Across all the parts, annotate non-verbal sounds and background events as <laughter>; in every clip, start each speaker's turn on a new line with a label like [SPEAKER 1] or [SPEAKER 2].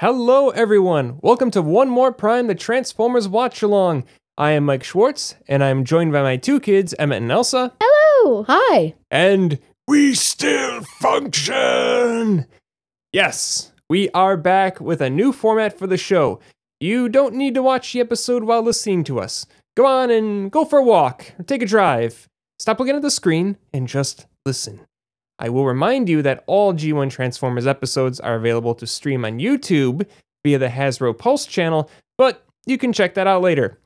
[SPEAKER 1] Hello, everyone. Welcome to One More Prime, the Transformers Watch Along. I am Mike Schwartz, and I'm joined by my two kids, Emmett and Elsa.
[SPEAKER 2] Hello. Hi.
[SPEAKER 1] And we still function. Yes, we are back with a new format for the show. You don't need to watch the episode while listening to us. Go on and go for a walk, or take a drive. Stop looking at the screen and just listen. I will remind you that all G1 Transformers episodes are available to stream on YouTube via the Hasbro Pulse channel, but you can check that out later.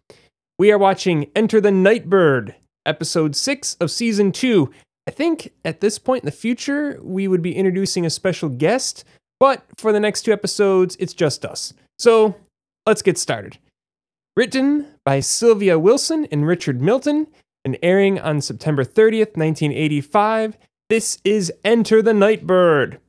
[SPEAKER 1] We are watching Enter the Nightbird, episode 6 of season 2. I think at this point in the future, we would be introducing a special guest, but for the next two episodes, it's just us. So let's get started. Written by Sylvia Wilson and Richard Milton, and airing on September 30th, 1985. This is Enter the Nightbird.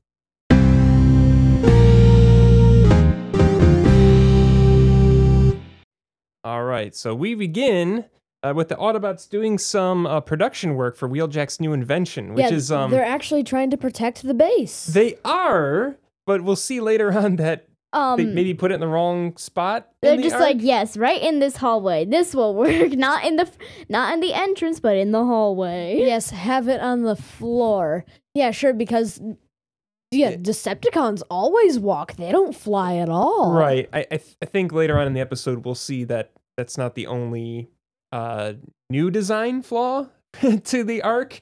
[SPEAKER 1] All right, so we begin uh, with the Autobots doing some uh, production work for Wheeljack's new invention, which
[SPEAKER 2] yeah,
[SPEAKER 1] is um
[SPEAKER 2] they're actually trying to protect the base.
[SPEAKER 1] they are, but we'll see later <laughs> on that
[SPEAKER 3] Um,
[SPEAKER 1] they maybe put it in the wrong spot. in
[SPEAKER 3] they're
[SPEAKER 1] the
[SPEAKER 3] just
[SPEAKER 1] arc.
[SPEAKER 3] like, yes, right in this hallway. This will work. <laughs> Not in the, f- not in the entrance, but in the hallway.
[SPEAKER 2] yes, have it on the floor. Yeah, sure, because yeah, Decepticons always walk. They don't fly at
[SPEAKER 3] oh.
[SPEAKER 2] all.
[SPEAKER 1] Right. I I, th- I think later on in the episode we'll see that that's not the only uh new design flaw <laughs> to the arc.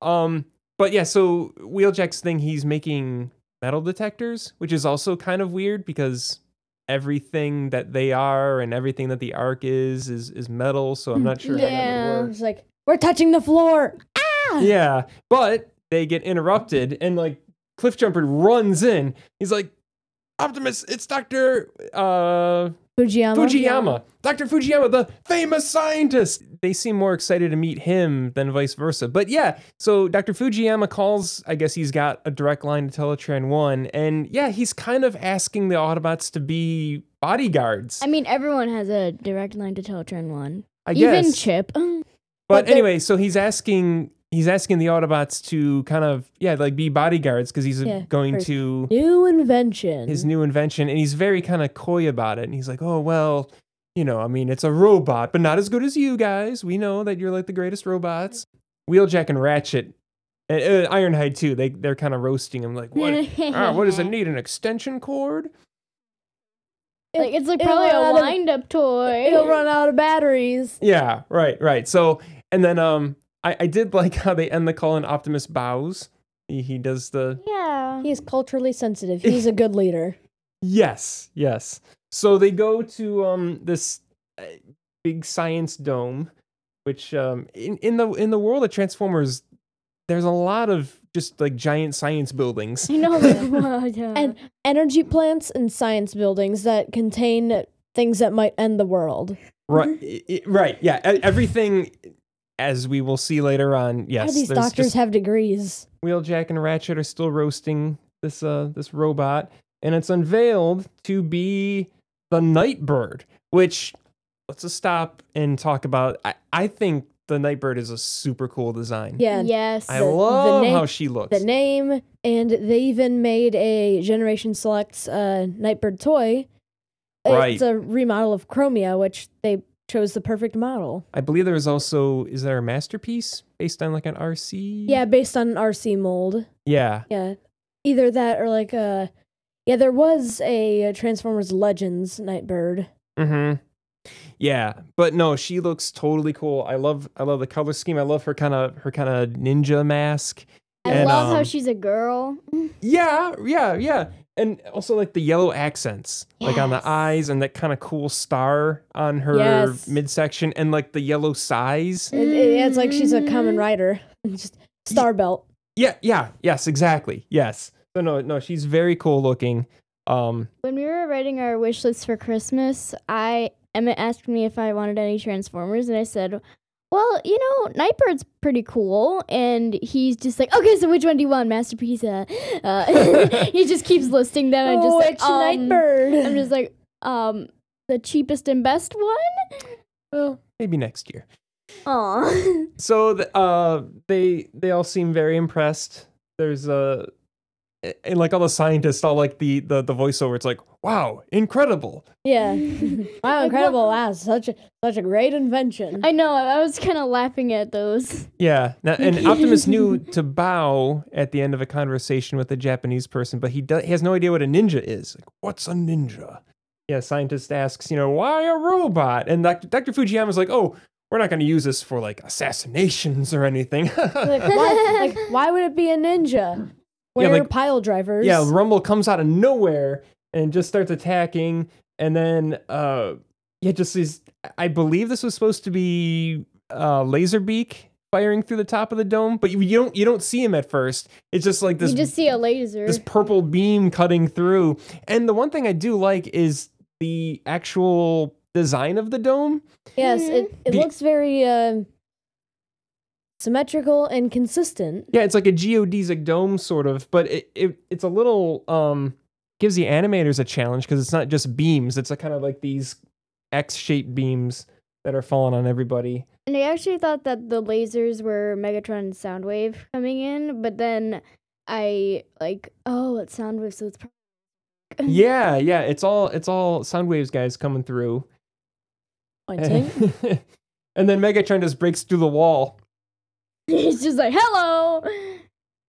[SPEAKER 1] Um but yeah, so Wheeljack's thing he's making metal detectors, which is also kind of weird because everything that they are and everything that the arc is is is metal, so
[SPEAKER 3] Hmm.
[SPEAKER 1] I'm not sure how that
[SPEAKER 3] Yeah.
[SPEAKER 1] would work.
[SPEAKER 2] It's like we're touching the floor.
[SPEAKER 3] <laughs>
[SPEAKER 2] Ah!
[SPEAKER 1] Yeah, but they get interrupted, and like Cliffjumper runs in. He's like, "Optimus, it's Doctor uh,
[SPEAKER 2] Fujiyama.
[SPEAKER 1] Fujiyama, Doctor Fujiyama, the famous scientist." They seem more excited to meet him than vice versa. But yeah, so Doctor Fujiyama calls. I guess he's got a direct line to Teletran One, and yeah, he's kind of asking the Autobots to be bodyguards.
[SPEAKER 3] I mean, everyone has a direct line to Teletran One.
[SPEAKER 1] I guess.
[SPEAKER 3] Even Chip.
[SPEAKER 1] But,
[SPEAKER 2] But the-
[SPEAKER 1] anyway, so he's asking he's asking the Autobots to kind of yeah, like be bodyguards because he's uh,
[SPEAKER 2] Yeah,
[SPEAKER 1] going
[SPEAKER 2] first.
[SPEAKER 1] to
[SPEAKER 2] <clears throat> New invention.
[SPEAKER 1] his new invention and he's very kind of coy about it and he's like, "Oh, well, you know, I mean, it's a robot, but not as good as you guys. We know that you're like the greatest robots." Wheeljack and Ratchet and uh, Ironhide too. They they're kind of roasting him like, "What?
[SPEAKER 3] <laughs>
[SPEAKER 1] ah, what
[SPEAKER 2] <laughs>
[SPEAKER 1] does it need? An extension cord?"
[SPEAKER 3] Like it's like
[SPEAKER 2] It'll
[SPEAKER 3] probably
[SPEAKER 2] run
[SPEAKER 3] a
[SPEAKER 2] out of-
[SPEAKER 3] wind-up toy.
[SPEAKER 2] It'll run out of batteries.
[SPEAKER 1] Yeah, right, right. So, and then um I, I did <laughs> like how they end the call and Optimus bows. He, he does the
[SPEAKER 3] Yeah. <laughs>
[SPEAKER 2] He's culturally sensitive. He's a good leader.
[SPEAKER 1] Yes, yes. So they go to um this uh, big science dome, which um in, in the in the world of Transformers, there's a lot of just like giant science buildings.
[SPEAKER 3] I know.
[SPEAKER 2] <laughs>
[SPEAKER 3] Like,
[SPEAKER 2] And energy plants and science buildings that contain things that might end the world.
[SPEAKER 1] Right, i- i- right, yeah. e- Everything, as we will see later on.
[SPEAKER 2] How
[SPEAKER 1] Yes,
[SPEAKER 2] do these
[SPEAKER 1] there's
[SPEAKER 2] doctors
[SPEAKER 1] just-
[SPEAKER 2] have degrees?
[SPEAKER 1] Wheeljack and Ratchet are still roasting this uh this robot, and it's unveiled to be the Nightbird, which let's just stop and talk about. I, I think the Nightbird is a super cool design.
[SPEAKER 2] Yeah.
[SPEAKER 3] yes.
[SPEAKER 1] I
[SPEAKER 2] the- the
[SPEAKER 1] love
[SPEAKER 2] name-
[SPEAKER 1] how she looks.
[SPEAKER 2] The name, and they even made a Generation Selects uh, Nightbird toy.
[SPEAKER 1] Right.
[SPEAKER 2] It's a remodel of Chromia, which they chose the perfect model.
[SPEAKER 1] I believe there is also is there a masterpiece based on like an RC?
[SPEAKER 2] Yeah, based on an RC mold.
[SPEAKER 1] Yeah.
[SPEAKER 2] Yeah. Either that or like a. Yeah, there was a uh, Transformers Legends Nightbird.
[SPEAKER 1] hmm Yeah, but no, she looks totally cool. I love I love the color scheme. I love her kind of her kind of ninja mask.
[SPEAKER 3] I
[SPEAKER 1] And,
[SPEAKER 3] love how
[SPEAKER 1] um,
[SPEAKER 3] she's a girl.
[SPEAKER 1] Yeah, yeah, yeah. And also like the yellow accents, like on the
[SPEAKER 3] Yes.
[SPEAKER 1] eyes and that kind of cool star on her
[SPEAKER 2] Yes.
[SPEAKER 1] midsection and like the yellow size.
[SPEAKER 2] It- it- yeah, it's like she's a common
[SPEAKER 3] Mhm.
[SPEAKER 2] rider. <laughs> Just star belt.
[SPEAKER 1] Yeah, yeah, yes, exactly. Yes. So no, no, she's very cool looking. Um
[SPEAKER 3] When we were writing our wish list for Christmas, I Emmett asked me if I wanted any Transformers, and I said, "Well, you know, Nightbird's pretty cool." And he's just like, "Okay, so which one do you want, Masterpiece?" Uh, uh, <laughs> he just keeps listing them, and just
[SPEAKER 2] oh,
[SPEAKER 3] like,
[SPEAKER 2] it's
[SPEAKER 3] um,
[SPEAKER 2] Nightbird.
[SPEAKER 3] I'm just like, um, the cheapest and best one.
[SPEAKER 2] oh,
[SPEAKER 1] well, maybe next year.
[SPEAKER 3] Aw.
[SPEAKER 1] So the, uh they they all seem very impressed. There's a a- and like all the scientists, all like the the the voiceover. It's like, wow, incredible.
[SPEAKER 2] <laughs> Yeah. Wow,
[SPEAKER 3] what-
[SPEAKER 2] incredible. Wow, such a such a great invention.
[SPEAKER 3] <laughs> I know. I was kind of laughing at those.
[SPEAKER 1] Yeah. Now, and Optimus knew to bow at the end of a conversation with a Japanese person, but he, does, he has no idea what a ninja is. Like, what's a ninja? Yeah, scientist asks, you know, why a robot? And Dr. Dr. Fujiyama's like, oh, we're not going to use this for like assassinations or anything. <laughs>
[SPEAKER 2] Like why, <laughs> like, why would it be a ninja? We're
[SPEAKER 1] like-
[SPEAKER 2] pile drivers.
[SPEAKER 1] yeah, Rumble comes out of nowhere and just starts attacking. And then, uh, yeah, just these. I believe this was supposed to be uh, Laserbeak firing through the top of the dome, but you, you don't you don't see him at first. It's just like this
[SPEAKER 3] you just see a laser.
[SPEAKER 1] this purple beam cutting through. And the one thing I do like is the actual design of the dome.
[SPEAKER 2] Yes, it, it
[SPEAKER 1] Be-
[SPEAKER 2] looks very uh, symmetrical and consistent.
[SPEAKER 1] Yeah, it's like a geodesic dome sort of, but it, it it's a little um gives the animators a challenge because it's not just beams, it's a kind of like these X-shaped beams that are falling on everybody.
[SPEAKER 3] And I actually thought that the lasers were Megatron and Soundwave coming in, but then I like, oh, it's Soundwave, so it's probably
[SPEAKER 1] Yeah, yeah, it's all it's all sound waves guys coming through.
[SPEAKER 2] Pointing.
[SPEAKER 1] <laughs> and then Megatron just breaks through the wall.
[SPEAKER 3] <laughs> it's just like, hello.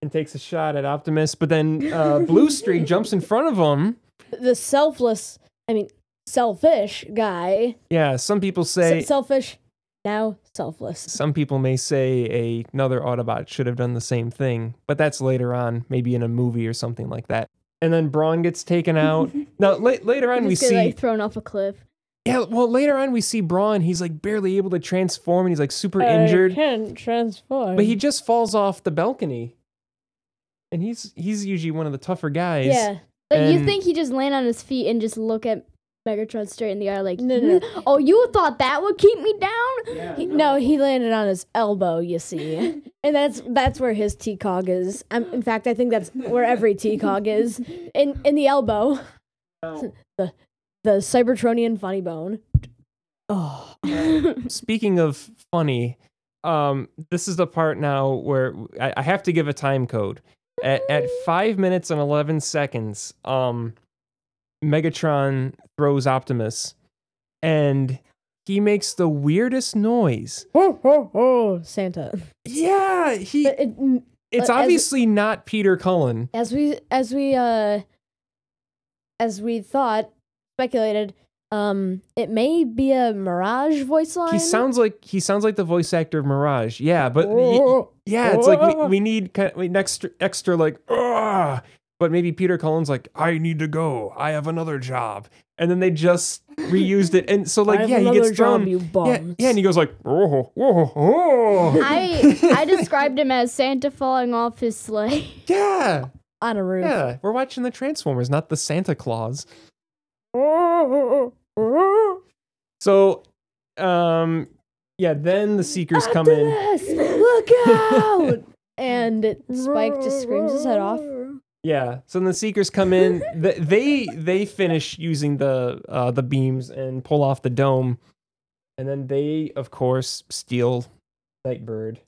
[SPEAKER 1] and takes a shot at Optimus, but then uh, Blue Streak jumps in front of him.
[SPEAKER 2] the selfless, I mean, selfish guy.
[SPEAKER 1] Yeah, some people say,
[SPEAKER 2] S- selfish, now selfless.
[SPEAKER 1] some people may say a- another Autobot should have done the same thing, but that's later on, maybe in a movie or something like that. And then Brawn gets taken
[SPEAKER 2] <laughs>
[SPEAKER 3] <laughs>
[SPEAKER 1] out. now la- later on, we
[SPEAKER 3] just get
[SPEAKER 1] see
[SPEAKER 3] like thrown off a cliff.
[SPEAKER 1] yeah, well later on we see Brawn. He's like barely able to transform, and he's like super
[SPEAKER 2] I
[SPEAKER 1] injured,
[SPEAKER 2] can't transform.
[SPEAKER 1] but he just falls off the balcony. And he's he's usually one of the tougher guys.
[SPEAKER 2] yeah.
[SPEAKER 3] Like you
[SPEAKER 1] And-
[SPEAKER 3] think he just land on his feet and just look at Megatron straight in the eye, like,
[SPEAKER 2] No, no.
[SPEAKER 3] "Hmm? oh, you thought that would keep me down?
[SPEAKER 2] He- no, he landed on his elbow, you see,
[SPEAKER 1] <laughs>
[SPEAKER 2] and that's that's where his T cog is. Um, in fact, I think that's where every T cog is in in the elbow,
[SPEAKER 1] Now,
[SPEAKER 2] the Cybertronian funny bone. Oh,
[SPEAKER 1] <laughs> speaking of funny, um, this is the part now where I, I have to give a time code. At, at five minutes and eleven seconds, um, Megatron throws Optimus, and he makes the weirdest noise.
[SPEAKER 2] ho ho ho, Oh, Santa.
[SPEAKER 1] Yeah, he.
[SPEAKER 2] But it,
[SPEAKER 1] It's
[SPEAKER 2] but as-
[SPEAKER 1] obviously not Peter Cullen.
[SPEAKER 2] as we as we uh as we thought speculated, um, it may be a mirage voice line.
[SPEAKER 1] He sounds like he sounds like the voice actor of Mirage. Yeah, but y- y-
[SPEAKER 2] Oh,
[SPEAKER 1] yeah, it's like we, we need kind of, we extra extra like ah. But maybe Peter Cullen's like, I need to go. I have another job, and then they just reused it, and
[SPEAKER 2] <laughs>
[SPEAKER 1] so like yeah, he gets thrown.
[SPEAKER 2] You
[SPEAKER 1] yeah, yeah, and he goes like, oh, oh, oh.
[SPEAKER 3] I
[SPEAKER 1] <laughs>
[SPEAKER 3] I described him as Santa falling off his sleigh.
[SPEAKER 1] yeah,
[SPEAKER 2] on a roof.
[SPEAKER 1] yeah. We're watching the Transformers, not the Santa Claus. So, um, yeah. Then the Seekers come in.
[SPEAKER 2] Optimus, Look
[SPEAKER 1] <laughs>
[SPEAKER 2] out! and it, Spike just screams his head off.
[SPEAKER 1] Yeah. So then the seekers come
[SPEAKER 2] <laughs>
[SPEAKER 1] in. th- they they finish using the uh, the beams and pull off the dome, and then they of course steal Nightbird.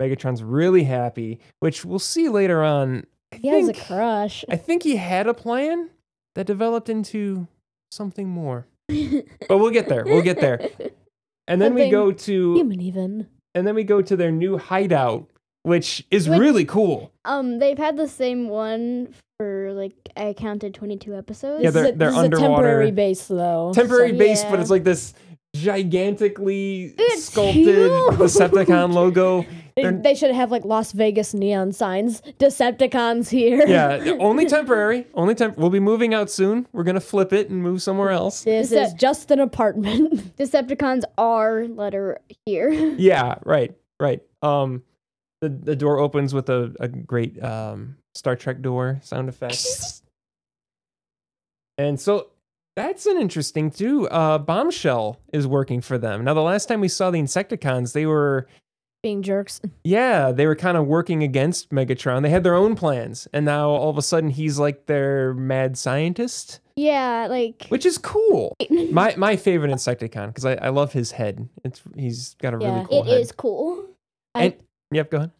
[SPEAKER 1] Megatron's really happy, which we'll see later on. I
[SPEAKER 2] He has a crush.
[SPEAKER 1] I think he had a plan that developed into something more. But we'll get there. We'll get
[SPEAKER 2] <laughs>
[SPEAKER 1] there.
[SPEAKER 3] <laughs>
[SPEAKER 1] And then we
[SPEAKER 2] Something
[SPEAKER 1] go to
[SPEAKER 2] Human even.
[SPEAKER 1] and then we go to their new hideout, which is
[SPEAKER 3] Which-
[SPEAKER 1] really cool.
[SPEAKER 3] Um, they've had the same one for like I counted twenty two episodes.
[SPEAKER 1] Yeah, they're-
[SPEAKER 2] this is
[SPEAKER 1] underwater.
[SPEAKER 2] a temporary base though.
[SPEAKER 1] temporary
[SPEAKER 3] So-
[SPEAKER 1] base, but
[SPEAKER 3] Yeah.
[SPEAKER 1] it's like this gigantically
[SPEAKER 3] It's
[SPEAKER 1] sculpted
[SPEAKER 3] huge. <laughs>
[SPEAKER 1] Decepticon logo.
[SPEAKER 2] They,
[SPEAKER 1] They're-
[SPEAKER 2] they should have like Las Vegas neon signs. Decepticons here. <laughs>
[SPEAKER 3] <laughs>
[SPEAKER 1] Yeah, only temporary. Only temp. We'll be moving out soon. We're gonna flip it and move somewhere else.
[SPEAKER 2] This
[SPEAKER 3] Is
[SPEAKER 2] is
[SPEAKER 3] that-
[SPEAKER 2] just an apartment. <laughs>
[SPEAKER 3] Decepticons are letter here.
[SPEAKER 1] Yeah, right, right. Um, the the door opens with a a great um Star Trek door sound
[SPEAKER 3] <laughs>
[SPEAKER 1] effect. And so that's an interesting too. Uh, Bombshell is working for them now. The last time we saw the Insecticons, they were
[SPEAKER 2] Being jerks.
[SPEAKER 1] Yeah, they were kind of working against Megatron. They had their own plans, and now all of a sudden he's like their mad scientist,
[SPEAKER 3] <laughs> yeah, like
[SPEAKER 1] which is cool. My my favorite Insecticon because I, I love his head. It's he's got a really
[SPEAKER 2] Yeah,
[SPEAKER 1] cool
[SPEAKER 3] it
[SPEAKER 1] head.
[SPEAKER 3] is cool.
[SPEAKER 2] I- <laughs>
[SPEAKER 1] And- yep, go ahead.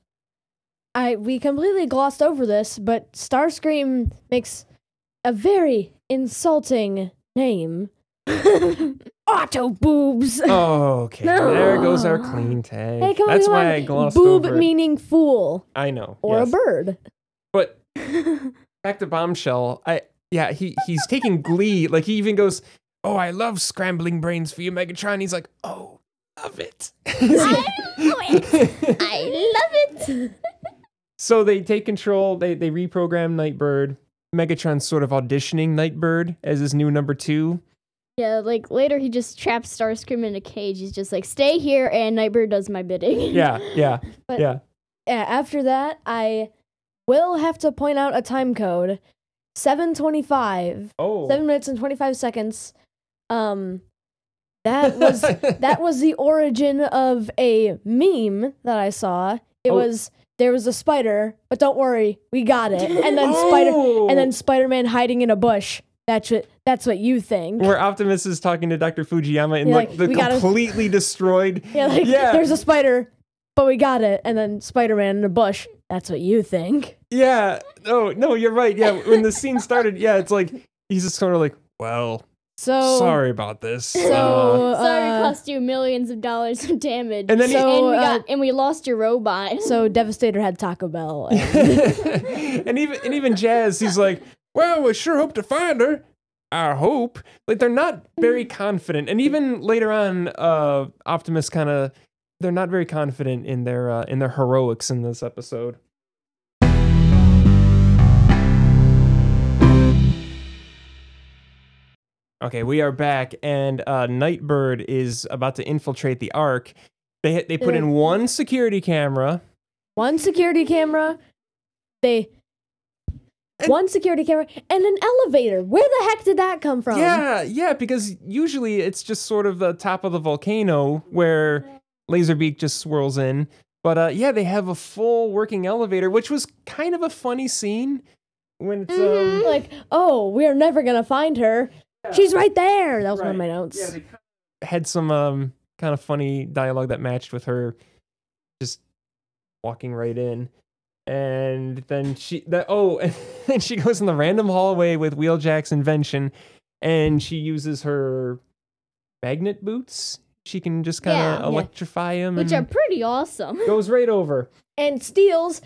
[SPEAKER 2] I we completely glossed over this, but Starscream makes a very insulting name. <laughs> Auto boobs.
[SPEAKER 1] okay, there goes our
[SPEAKER 3] No.
[SPEAKER 1] clean tag.
[SPEAKER 2] Hey, come on,
[SPEAKER 1] That's
[SPEAKER 2] come
[SPEAKER 1] why
[SPEAKER 2] on.
[SPEAKER 1] I glossed
[SPEAKER 2] Boob
[SPEAKER 1] over. it.
[SPEAKER 2] meaning fool
[SPEAKER 1] I know.
[SPEAKER 2] or
[SPEAKER 1] yes.
[SPEAKER 2] a bird. <laughs>
[SPEAKER 1] But back to bombshell i yeah he he's taking glee like he even goes oh i love scrambling brains for you megatron he's like oh love it <laughs>
[SPEAKER 3] I love
[SPEAKER 2] <laughs>
[SPEAKER 3] it.
[SPEAKER 1] so they take control they they reprogram nightbird megatron's sort of auditioning nightbird as his new number two
[SPEAKER 3] Yeah, like later he just traps Starscream in a cage. He's just like, stay here, and Nightbird does my bidding. <laughs>
[SPEAKER 1] yeah yeah
[SPEAKER 2] But-
[SPEAKER 1] yeah
[SPEAKER 2] Yeah, after that, I will have to point out a time code. 725.
[SPEAKER 1] oh
[SPEAKER 2] 7 minutes and 25 seconds. Um
[SPEAKER 1] <laughs>
[SPEAKER 2] that was that was the origin of a meme that I saw. It
[SPEAKER 1] Oh.
[SPEAKER 2] was there was a spider, but don't worry, we got it. And then spider and
[SPEAKER 1] Oh.
[SPEAKER 2] then Spider-Man hiding in a bush. That's what that's what you think.
[SPEAKER 1] Oh. where Optimus is talking to Dr. Fujiyama and
[SPEAKER 2] Yeah,
[SPEAKER 1] like,
[SPEAKER 2] like,
[SPEAKER 1] the
[SPEAKER 2] we gotta-
[SPEAKER 1] completely destroyed.
[SPEAKER 2] <laughs> Yeah, like
[SPEAKER 1] yeah,
[SPEAKER 2] there's a spider, but we got it. And then Spider-Man in a bush. That's what you think.
[SPEAKER 1] Yeah. No, no, you're right. Yeah. When the scene started, yeah, it's like he's just sort of like, well,
[SPEAKER 2] So
[SPEAKER 1] sorry about this.
[SPEAKER 2] Oh. So
[SPEAKER 1] uh,
[SPEAKER 3] Sorry,
[SPEAKER 2] uh,
[SPEAKER 3] it cost you millions of dollars of damage.
[SPEAKER 1] And then he-
[SPEAKER 2] So,
[SPEAKER 3] we got
[SPEAKER 2] uh,
[SPEAKER 3] and we lost your robot.
[SPEAKER 2] so Devastator had Taco Bell.
[SPEAKER 1] <laughs> and even and even Jazz, he's like, well, we sure hope to find her. I hope. Like they're not very confident. And even later on, uh, Optimus kind of they're not very confident in their uh, in their heroics in this episode. Okay, we are back, and uh, Nightbird is about to infiltrate the Ark. They they put in one security camera.
[SPEAKER 2] <laughs> one security camera. They one security camera and an elevator. Where the heck did that come from?
[SPEAKER 1] Yeah, yeah, because usually it's just sort of the top of the volcano where Laserbeak just swirls in. But uh, yeah, they have a full working elevator, which was kind of a funny scene when it's um,
[SPEAKER 2] Like, oh, we're never gonna find her. She's right there. That was one of
[SPEAKER 1] Right.
[SPEAKER 2] my notes.
[SPEAKER 1] Yeah, they had some um, kind of funny dialogue that matched with her just walking right in. And then she, that, oh, <laughs> and then she goes in the random hallway with Wheeljack's invention and she uses her magnet boots. She can just kind
[SPEAKER 3] Yeah,
[SPEAKER 1] of
[SPEAKER 3] yeah.
[SPEAKER 1] electrify him
[SPEAKER 3] which are
[SPEAKER 1] and
[SPEAKER 3] pretty awesome.
[SPEAKER 1] goes right
[SPEAKER 3] <laughs>
[SPEAKER 1] over.
[SPEAKER 2] and steals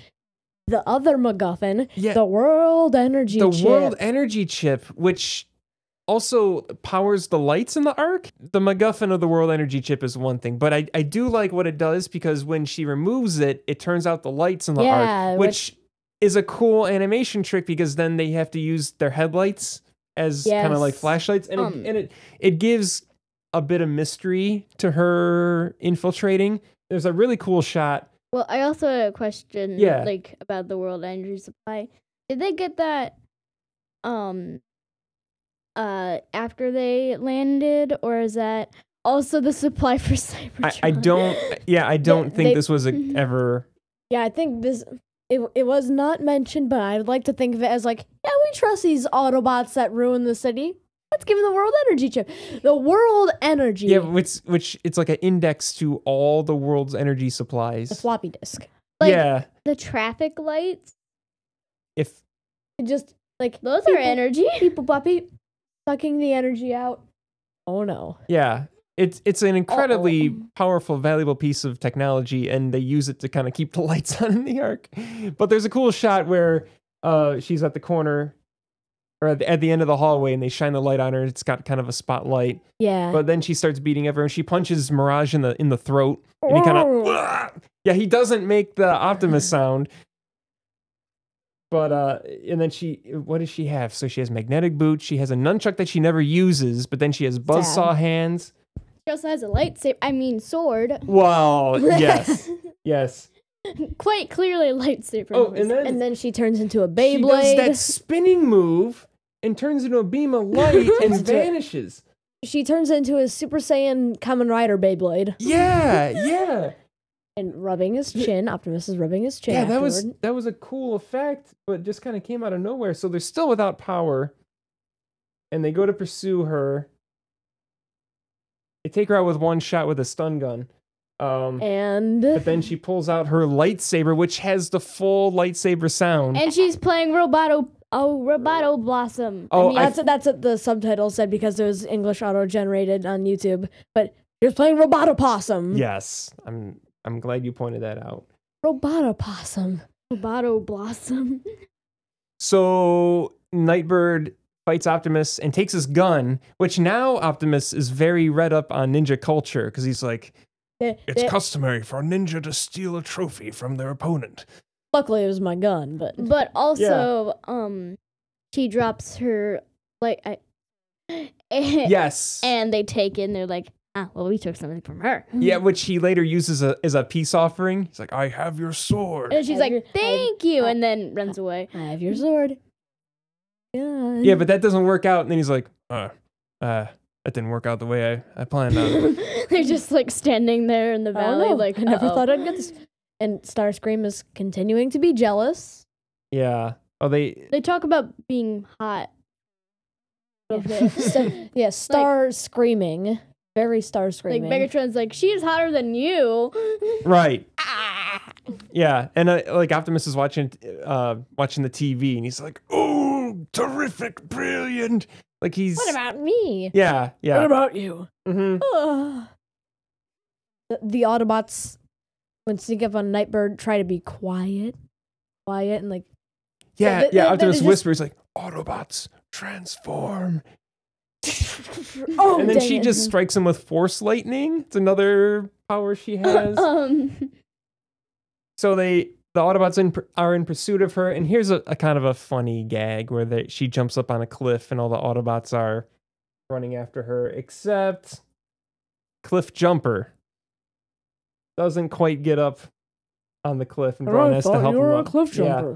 [SPEAKER 2] the other MacGuffin,
[SPEAKER 1] Yeah.
[SPEAKER 2] the World Energy
[SPEAKER 1] the
[SPEAKER 2] Chip.
[SPEAKER 1] world energy chip, which also powers the lights in the arc. The MacGuffin of the world energy chip is one thing, but I, I do like what it does because when she removes it, it turns out the lights in the
[SPEAKER 2] Yeah,
[SPEAKER 1] arc, which, is a cool animation trick because then they have to use their headlights as kind of like
[SPEAKER 2] Yes.
[SPEAKER 1] flashlights, and
[SPEAKER 3] Um.
[SPEAKER 1] it, and it it gives a bit of mystery to her infiltrating. There's a really cool shot.
[SPEAKER 3] Well, I also had a question
[SPEAKER 1] Yeah.
[SPEAKER 3] like about the world energy supply. Did they get that um uh after they landed or is that also the supply for <laughs>
[SPEAKER 1] I,
[SPEAKER 3] Cybertron?
[SPEAKER 1] I don't. Yeah, I don't think
[SPEAKER 2] they-
[SPEAKER 1] this
[SPEAKER 2] <laughs>
[SPEAKER 1] was a, ever
[SPEAKER 2] Yeah, I think this. It, it was not mentioned, but I would like to think of it as like, yeah, we trust these Autobots that ruin the city. Let's give them the World Energy Chip. The World Energy.
[SPEAKER 1] Yeah, which which it's like an index to all the world's energy supplies.
[SPEAKER 2] the floppy disk.
[SPEAKER 3] Like
[SPEAKER 1] yeah,
[SPEAKER 3] the traffic lights.
[SPEAKER 1] if
[SPEAKER 2] It just like
[SPEAKER 3] Those are
[SPEAKER 2] People-
[SPEAKER 3] energy.
[SPEAKER 2] people puppy sucking the energy out. Oh no.
[SPEAKER 1] yeah, it's it's an incredibly powerful, valuable piece of technology, and they use it to kind of keep the <laughs> lights on in the arc. But there's a cool shot where uh, she's at the corner or at the, at the end of the hallway, and they shine the light on her. It's got kind of a spotlight,
[SPEAKER 2] Yeah.
[SPEAKER 1] but then she starts beating everyone. She punches Mirage in the in the throat, and he kind
[SPEAKER 2] <laughs>
[SPEAKER 1] of <sniffs> yeah he doesn't make the optimus sound but uh and then she what does she have so she has magnetic boots she has a nunchuck that she never uses but then she has buzzsaw hands
[SPEAKER 3] She also has a lightsaber I mean sword.
[SPEAKER 1] wow
[SPEAKER 2] <laughs>
[SPEAKER 1] yes yes
[SPEAKER 3] Quite clearly a lightsaber.
[SPEAKER 1] oh and
[SPEAKER 3] noise.
[SPEAKER 1] then,
[SPEAKER 2] and then she turns into a
[SPEAKER 1] she does that
[SPEAKER 2] Beyblade.
[SPEAKER 1] spinning move and turns into a beam of light and vanishes
[SPEAKER 2] She, turns into a Super Saiyan Kamen Rider Beyblade.
[SPEAKER 1] yeah yeah
[SPEAKER 2] And rubbing his chin. Optimus is rubbing his chin.
[SPEAKER 1] yeah that was
[SPEAKER 2] afterward.
[SPEAKER 1] that was a cool effect but just kind of came out of nowhere so they're still without power and they go to pursue her they take her out with one shot with a stun gun Um,
[SPEAKER 2] And
[SPEAKER 1] but then she pulls out her lightsaber, which has the full lightsaber sound.
[SPEAKER 3] And she's playing Roboto. Oh, Roboto Blossom.
[SPEAKER 1] Oh,
[SPEAKER 3] mean,
[SPEAKER 1] I-
[SPEAKER 2] that's that's what the subtitle said because it was English auto generated on YouTube. But you're playing Robotopossum.
[SPEAKER 1] yes, I'm. I'm glad you pointed that out.
[SPEAKER 2] Robotopossum.
[SPEAKER 3] Roboto Blossom. <laughs>
[SPEAKER 1] So Nightbird fights Optimus and takes his gun, which now Optimus is very read up on ninja culture because he's like,
[SPEAKER 2] They-
[SPEAKER 1] it's
[SPEAKER 2] they-
[SPEAKER 1] customary for a ninja to steal a trophy from their opponent.
[SPEAKER 2] luckily, it was my gun, but
[SPEAKER 3] But also, um, she drops her like. I, <laughs>
[SPEAKER 1] Yes.
[SPEAKER 3] And they take it. and They're like, ah, well, we took something from her.
[SPEAKER 1] <laughs> yeah, which he later uses a, as a peace offering. He's like, I have your sword.
[SPEAKER 3] And she's
[SPEAKER 2] I-
[SPEAKER 3] like, thank you,
[SPEAKER 2] I-
[SPEAKER 3] and then runs away.
[SPEAKER 2] I have your sword. Yeah.
[SPEAKER 1] yeah, but that doesn't work out. And then he's like, uh, uh, that didn't work out the way I, I planned
[SPEAKER 2] <laughs>
[SPEAKER 1] on.
[SPEAKER 3] <laughs> They're just like standing there in the
[SPEAKER 2] I don't
[SPEAKER 3] valley,
[SPEAKER 2] know.
[SPEAKER 3] like
[SPEAKER 2] Oh, I never
[SPEAKER 3] "Uh-oh."
[SPEAKER 2] thought I'd get this. And Starscream is continuing to be <laughs> jealous.
[SPEAKER 1] yeah. Oh, they.
[SPEAKER 3] They talk about being hot. <laughs>
[SPEAKER 2] <laughs> of
[SPEAKER 3] Yeah.
[SPEAKER 2] the- sta- yeah, star screaming, very star
[SPEAKER 3] Like
[SPEAKER 2] screaming.
[SPEAKER 3] Megatron's like, she's hotter than you. <laughs>
[SPEAKER 2] <laughs>
[SPEAKER 1] Right. Yeah, and uh, like Optimus is watching, uh, watching the TV, and he's like, "Oh, terrific, brilliant!" Like he's,
[SPEAKER 2] what about me?
[SPEAKER 1] yeah, yeah.
[SPEAKER 2] about you?
[SPEAKER 1] hmm
[SPEAKER 2] Ugh. The, the Autobots, when sneak up on Nightbird, try to be quiet, quiet,
[SPEAKER 1] <laughs>
[SPEAKER 2] and like
[SPEAKER 1] Yeah,
[SPEAKER 2] th-
[SPEAKER 1] yeah.
[SPEAKER 2] th-
[SPEAKER 1] Optimus
[SPEAKER 2] that is just-
[SPEAKER 1] whispers like, "Autobots transform,"
[SPEAKER 2] oh,
[SPEAKER 1] and then
[SPEAKER 2] dang
[SPEAKER 1] she
[SPEAKER 2] it.
[SPEAKER 1] just strikes him with Force lightning. It's another power
[SPEAKER 2] <laughs>
[SPEAKER 1] she has.
[SPEAKER 3] <laughs> um,
[SPEAKER 1] so they the Autobots in, pur- are in pursuit of her, and here's a, a kind of a funny gag where they, she jumps up on a cliff, and all the Autobots are running after her, except Cliff Jumper doesn't quite get up on the cliff, and Braun has to help him up. Yeah,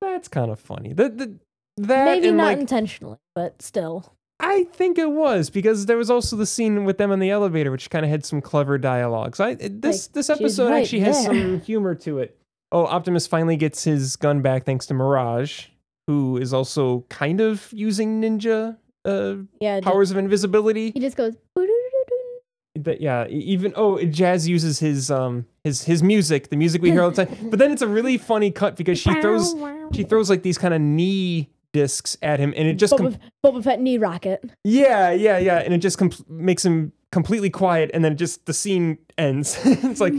[SPEAKER 1] that's kind of funny. The, the, that
[SPEAKER 2] Maybe
[SPEAKER 1] and
[SPEAKER 2] not
[SPEAKER 1] like,
[SPEAKER 2] intentionally, but still.
[SPEAKER 1] I think it was because there was also the scene with them in the elevator, which kind of had some clever dialogue. So I, it- this
[SPEAKER 2] Like,
[SPEAKER 1] this
[SPEAKER 2] she's
[SPEAKER 1] episode
[SPEAKER 2] right
[SPEAKER 1] actually has
[SPEAKER 2] there. <laughs>
[SPEAKER 1] some humor to it. Oh, Optimus finally gets his gun back thanks to Mirage, who is also kind of using ninja uh,
[SPEAKER 2] Yeah. d-
[SPEAKER 1] powers of invisibility.
[SPEAKER 3] he just goes. "Boo-doo-doo-doo-doo."
[SPEAKER 1] That yeah, e- even oh, Jazz uses his um his his music, the music we hear all the
[SPEAKER 2] <laughs>
[SPEAKER 1] time. But then it's a really funny cut because she throws she throws like these kind of knee discs at him, and it just com-
[SPEAKER 2] Boba, Boba Fett knee rocket.
[SPEAKER 1] Yeah, yeah, yeah. And it just com- makes him completely quiet, and then just the scene ends. <laughs> it's
[SPEAKER 2] <laughs>
[SPEAKER 1] like,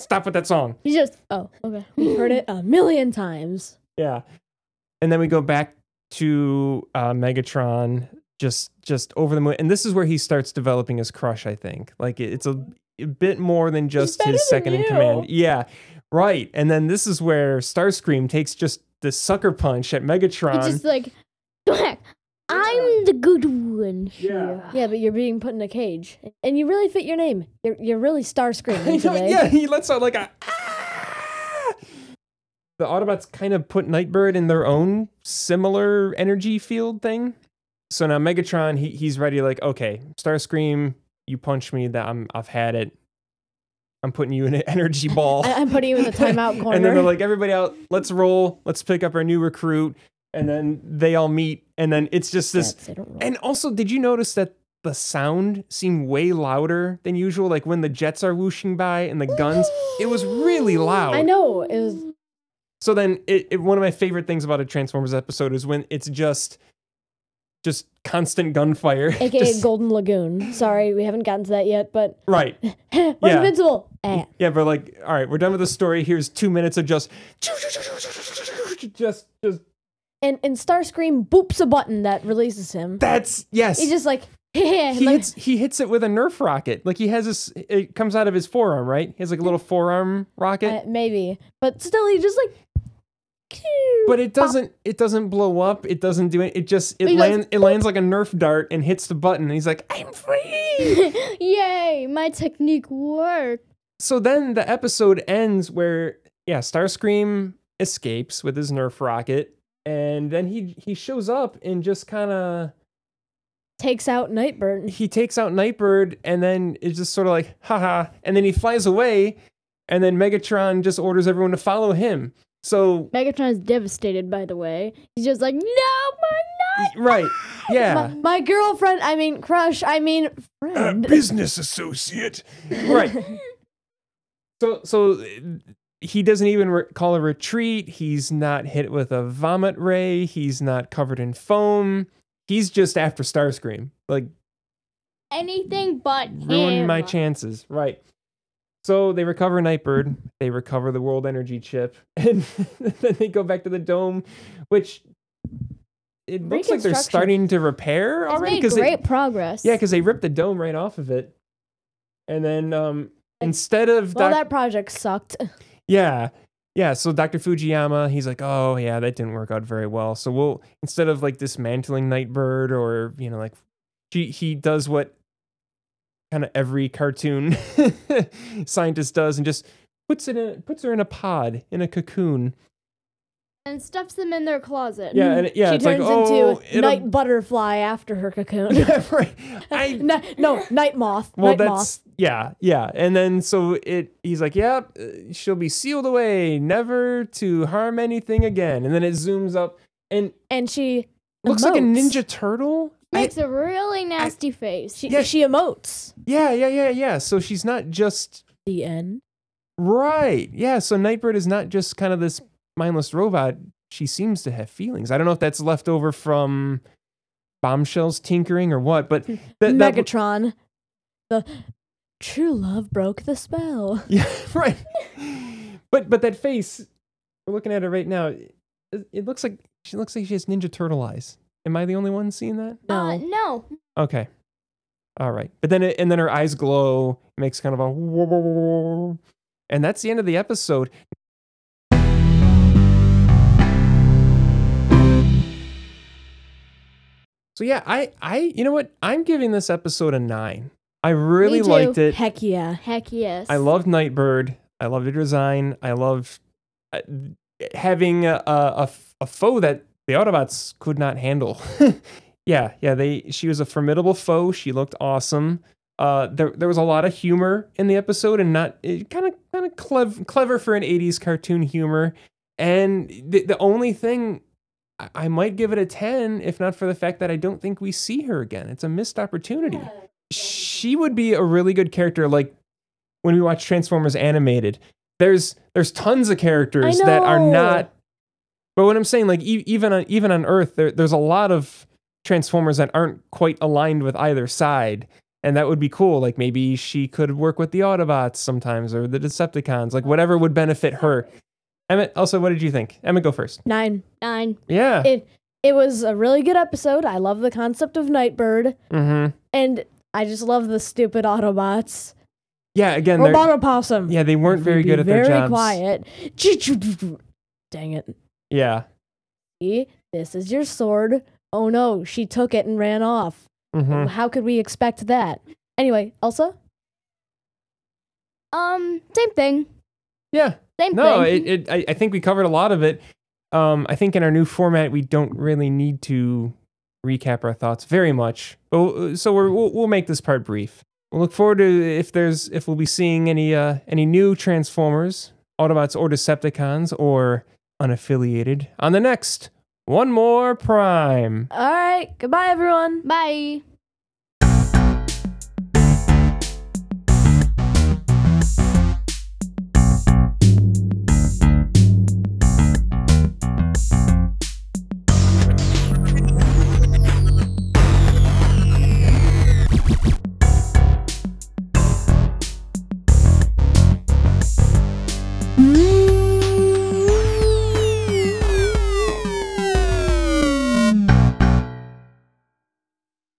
[SPEAKER 1] stop with that song.
[SPEAKER 3] He's just. Oh, okay.
[SPEAKER 2] We've <laughs>
[SPEAKER 1] <laughs>
[SPEAKER 2] heard it a million
[SPEAKER 1] <sighs>
[SPEAKER 2] times.
[SPEAKER 1] Yeah. And then we go back to uh, Megatron, just just over the moon. And this is where he starts developing his crush. I think like it- it's a, a bit more than just
[SPEAKER 2] better
[SPEAKER 1] his second
[SPEAKER 2] than
[SPEAKER 1] in command. Yeah, right. And then this is where Starscream takes just the sucker punch at Megatron.
[SPEAKER 3] It's just like, <laughs> "Thwack, I'm the good one here. <laughs>
[SPEAKER 1] Yeah.
[SPEAKER 2] Yeah, but you're being put in a cage, and you really fit your name. You're you're really
[SPEAKER 1] <laughs>
[SPEAKER 2] star
[SPEAKER 1] I
[SPEAKER 2] screaming
[SPEAKER 1] know,
[SPEAKER 2] today.
[SPEAKER 1] yeah, he lets out like a. "Ah!" The Autobots kind of put Nightbird in their own similar energy field thing. So now Megatron, he, he's ready. Like, okay, Starscream, you punch me. That I'm, I've had it. I'm putting you in an <laughs> energy ball. <laughs>
[SPEAKER 2] <laughs> I, am putting you in the timeout corner.
[SPEAKER 1] and then they're like, everybody out, let's roll. Let's pick up our new recruit. And then they all meet. And then it's just this
[SPEAKER 2] That's- they don't roll.
[SPEAKER 1] and also, did you notice that the sound seemed way louder than usual? Like when the jets are whooshing by and the
[SPEAKER 2] <gasps>
[SPEAKER 1] guns, it was really loud.
[SPEAKER 2] I know it
[SPEAKER 1] <laughs>
[SPEAKER 2] was.
[SPEAKER 1] So then, it, it, one of my favorite things about a Transformers episode is when it's just, just constant gunfire. <laughs>
[SPEAKER 2] AKA
[SPEAKER 1] Just-
[SPEAKER 2] Golden Lagoon. Sorry, we haven't gotten to that yet, but
[SPEAKER 1] right?
[SPEAKER 2] <laughs> we're
[SPEAKER 1] Yeah. Mm.
[SPEAKER 2] invincible. Eh.
[SPEAKER 1] Yeah, but like, all right, we're done with the story. Here's two minutes of just, just, just.
[SPEAKER 2] And and Starscream boops a button that releases him.
[SPEAKER 1] That's yes.
[SPEAKER 2] He's just like, <laughs> yeah,
[SPEAKER 1] he
[SPEAKER 2] like
[SPEAKER 1] hits he hits it with a Nerf rocket. Like he has this. It comes out of his forearm, right? He has like a little forearm rocket.
[SPEAKER 2] uh, maybe, but still, he just like.
[SPEAKER 1] But it doesn't. It doesn't blow up. It doesn't do it. It just it
[SPEAKER 3] He goes,
[SPEAKER 1] lands. It lands like a Nerf dart and hits the button. And he's like, "I'm free."
[SPEAKER 3] Yay, my technique worked.
[SPEAKER 1] so then the episode ends where yeah, Starscream escapes with his Nerf rocket, and then he he shows up and just kind of
[SPEAKER 2] takes out Nightbird.
[SPEAKER 1] he takes out Nightbird, and then it's just sort of like haha, and then he flies away, and then Megatron just orders everyone to follow him. So
[SPEAKER 3] Megatron is devastated, by the way. He's just like, no, we're not.
[SPEAKER 1] right,
[SPEAKER 2] My,
[SPEAKER 1] yeah, <clears throat>
[SPEAKER 2] my girlfriend, I mean crush, I mean friend.
[SPEAKER 4] business associate.
[SPEAKER 2] <laughs>
[SPEAKER 1] right. So so uh, he doesn't even re- call a retreat. He's not hit with a vomit ray. He's not covered in foam. He's just after Starscream. Like
[SPEAKER 3] Anything but
[SPEAKER 1] ruin
[SPEAKER 3] him.
[SPEAKER 1] my chances. Right. So they recover Nightbird, they recover the World Energy Chip, <laughs> and then they go back to the dome, which it looks like they're
[SPEAKER 2] Reconstruction.
[SPEAKER 1] starting to repair
[SPEAKER 3] It's
[SPEAKER 1] already.
[SPEAKER 3] made
[SPEAKER 1] Because
[SPEAKER 3] great progress.
[SPEAKER 1] yeah, because they ripped the dome right off of it, and then um,
[SPEAKER 2] Like-
[SPEAKER 1] instead of
[SPEAKER 2] Well,
[SPEAKER 1] Doc-
[SPEAKER 2] that project sucked.
[SPEAKER 1] yeah. Yeah, so Dr. Fujiyama, he's like, "Oh, yeah, that didn't work out very well." So we'll instead of like dismantling Nightbird or, you know, like he he does what kind of every cartoon <laughs> scientist does and just puts it in puts her in a pod, in a cocoon.
[SPEAKER 3] and stuffs them in their closet.
[SPEAKER 1] Yeah, and yeah,
[SPEAKER 2] Mm-hmm. she
[SPEAKER 1] it's like,
[SPEAKER 2] turns
[SPEAKER 1] "Oh,
[SPEAKER 2] into
[SPEAKER 1] it'll-
[SPEAKER 2] night butterfly after her
[SPEAKER 1] <laughs>
[SPEAKER 2] cocoon. <laughs>
[SPEAKER 1] Yeah, right. I
[SPEAKER 2] no, no, night moth.
[SPEAKER 1] Well,
[SPEAKER 2] night
[SPEAKER 1] that's
[SPEAKER 2] moth.
[SPEAKER 1] yeah, yeah. And then so it he's like, "Yep, uh, she'll be sealed away, never to harm anything again." And then it zooms up and
[SPEAKER 2] And she
[SPEAKER 1] looks like a
[SPEAKER 2] emotes.
[SPEAKER 1] ninja turtle. I-
[SPEAKER 3] <laughs> Makes a really nasty face.
[SPEAKER 2] She,
[SPEAKER 1] Yeah.
[SPEAKER 2] she emotes.
[SPEAKER 1] yeah, yeah, yeah, yeah. So she's not just
[SPEAKER 2] The end.
[SPEAKER 1] right. Yeah, so Nightbird is not just kind of this mindless robot. She seems to have feelings. I don't know if that's left over from Bombshell's tinkering or what, but that, that
[SPEAKER 2] Megatron. The true love broke the spell.
[SPEAKER 1] <laughs> yeah, right. But but that face, we're looking at it right now. It, it looks like she looks like she has Ninja Turtle eyes. Am I the only one seeing that?
[SPEAKER 3] Uh, no.
[SPEAKER 1] Okay. All right. But then it, and then her eyes glow, It makes kind of a whoa, whoa, whoa, whoa. and that's the end of the episode. So yeah, I I you know what? I'm giving this episode a 9. I really
[SPEAKER 3] too.
[SPEAKER 1] liked it.
[SPEAKER 2] Heck yeah.
[SPEAKER 3] Heck yes.
[SPEAKER 1] I loved Nightbird. I loved her design. I loved uh, having a, a, a f- a foe that the Autobots could not handle. <laughs> yeah, yeah. They she was a formidable foe. She looked awesome. Uh, there there was a lot of humor in the episode, and not eh, kind of kind of clever clever for an '80s cartoon humor. And the the only thing. I- I might give it a 10 if not for the fact that I don't think we see her again. It's a missed opportunity she would be a really good character like when we watch transformers animated there's there's tons of characters that are
[SPEAKER 2] know.
[SPEAKER 1] not but what i'm saying like e- even on even on earth there, there's a lot of transformers that aren't quite aligned with either side and that would be cool like maybe she could work with the autobots sometimes or the decepticons like whatever would benefit her emmett also what did you think emmett go first
[SPEAKER 2] Nine.
[SPEAKER 3] Nine.
[SPEAKER 1] yeah <laughs>
[SPEAKER 2] It it was a really good episode. I love the concept of Nightbird.
[SPEAKER 1] hmm
[SPEAKER 2] And I just love the stupid Autobots.
[SPEAKER 1] yeah again they're-
[SPEAKER 2] Robot opossum.
[SPEAKER 1] yeah they weren't very
[SPEAKER 2] Be
[SPEAKER 1] good at their
[SPEAKER 2] very
[SPEAKER 1] jobs
[SPEAKER 2] quiet. <laughs> Dang it.
[SPEAKER 1] yeah
[SPEAKER 2] See, this is your sword. Oh no, she took it and ran off.
[SPEAKER 1] hmm
[SPEAKER 2] How could we expect that? Anyway, Elsa?
[SPEAKER 3] Um, same thing.
[SPEAKER 1] yeah
[SPEAKER 3] Same
[SPEAKER 1] No,
[SPEAKER 3] thing.
[SPEAKER 1] it, it I, I think we covered a lot of it. Um, I think in our new format, we don't really need to recap our thoughts very much. But, uh, so we're, we'll, we'll make this part brief. We'll look forward to if there's if we'll be seeing any uh, any new Transformers, Autobots, or Decepticons, or unaffiliated on the next one more Prime.
[SPEAKER 2] All right, goodbye, everyone.
[SPEAKER 3] Bye.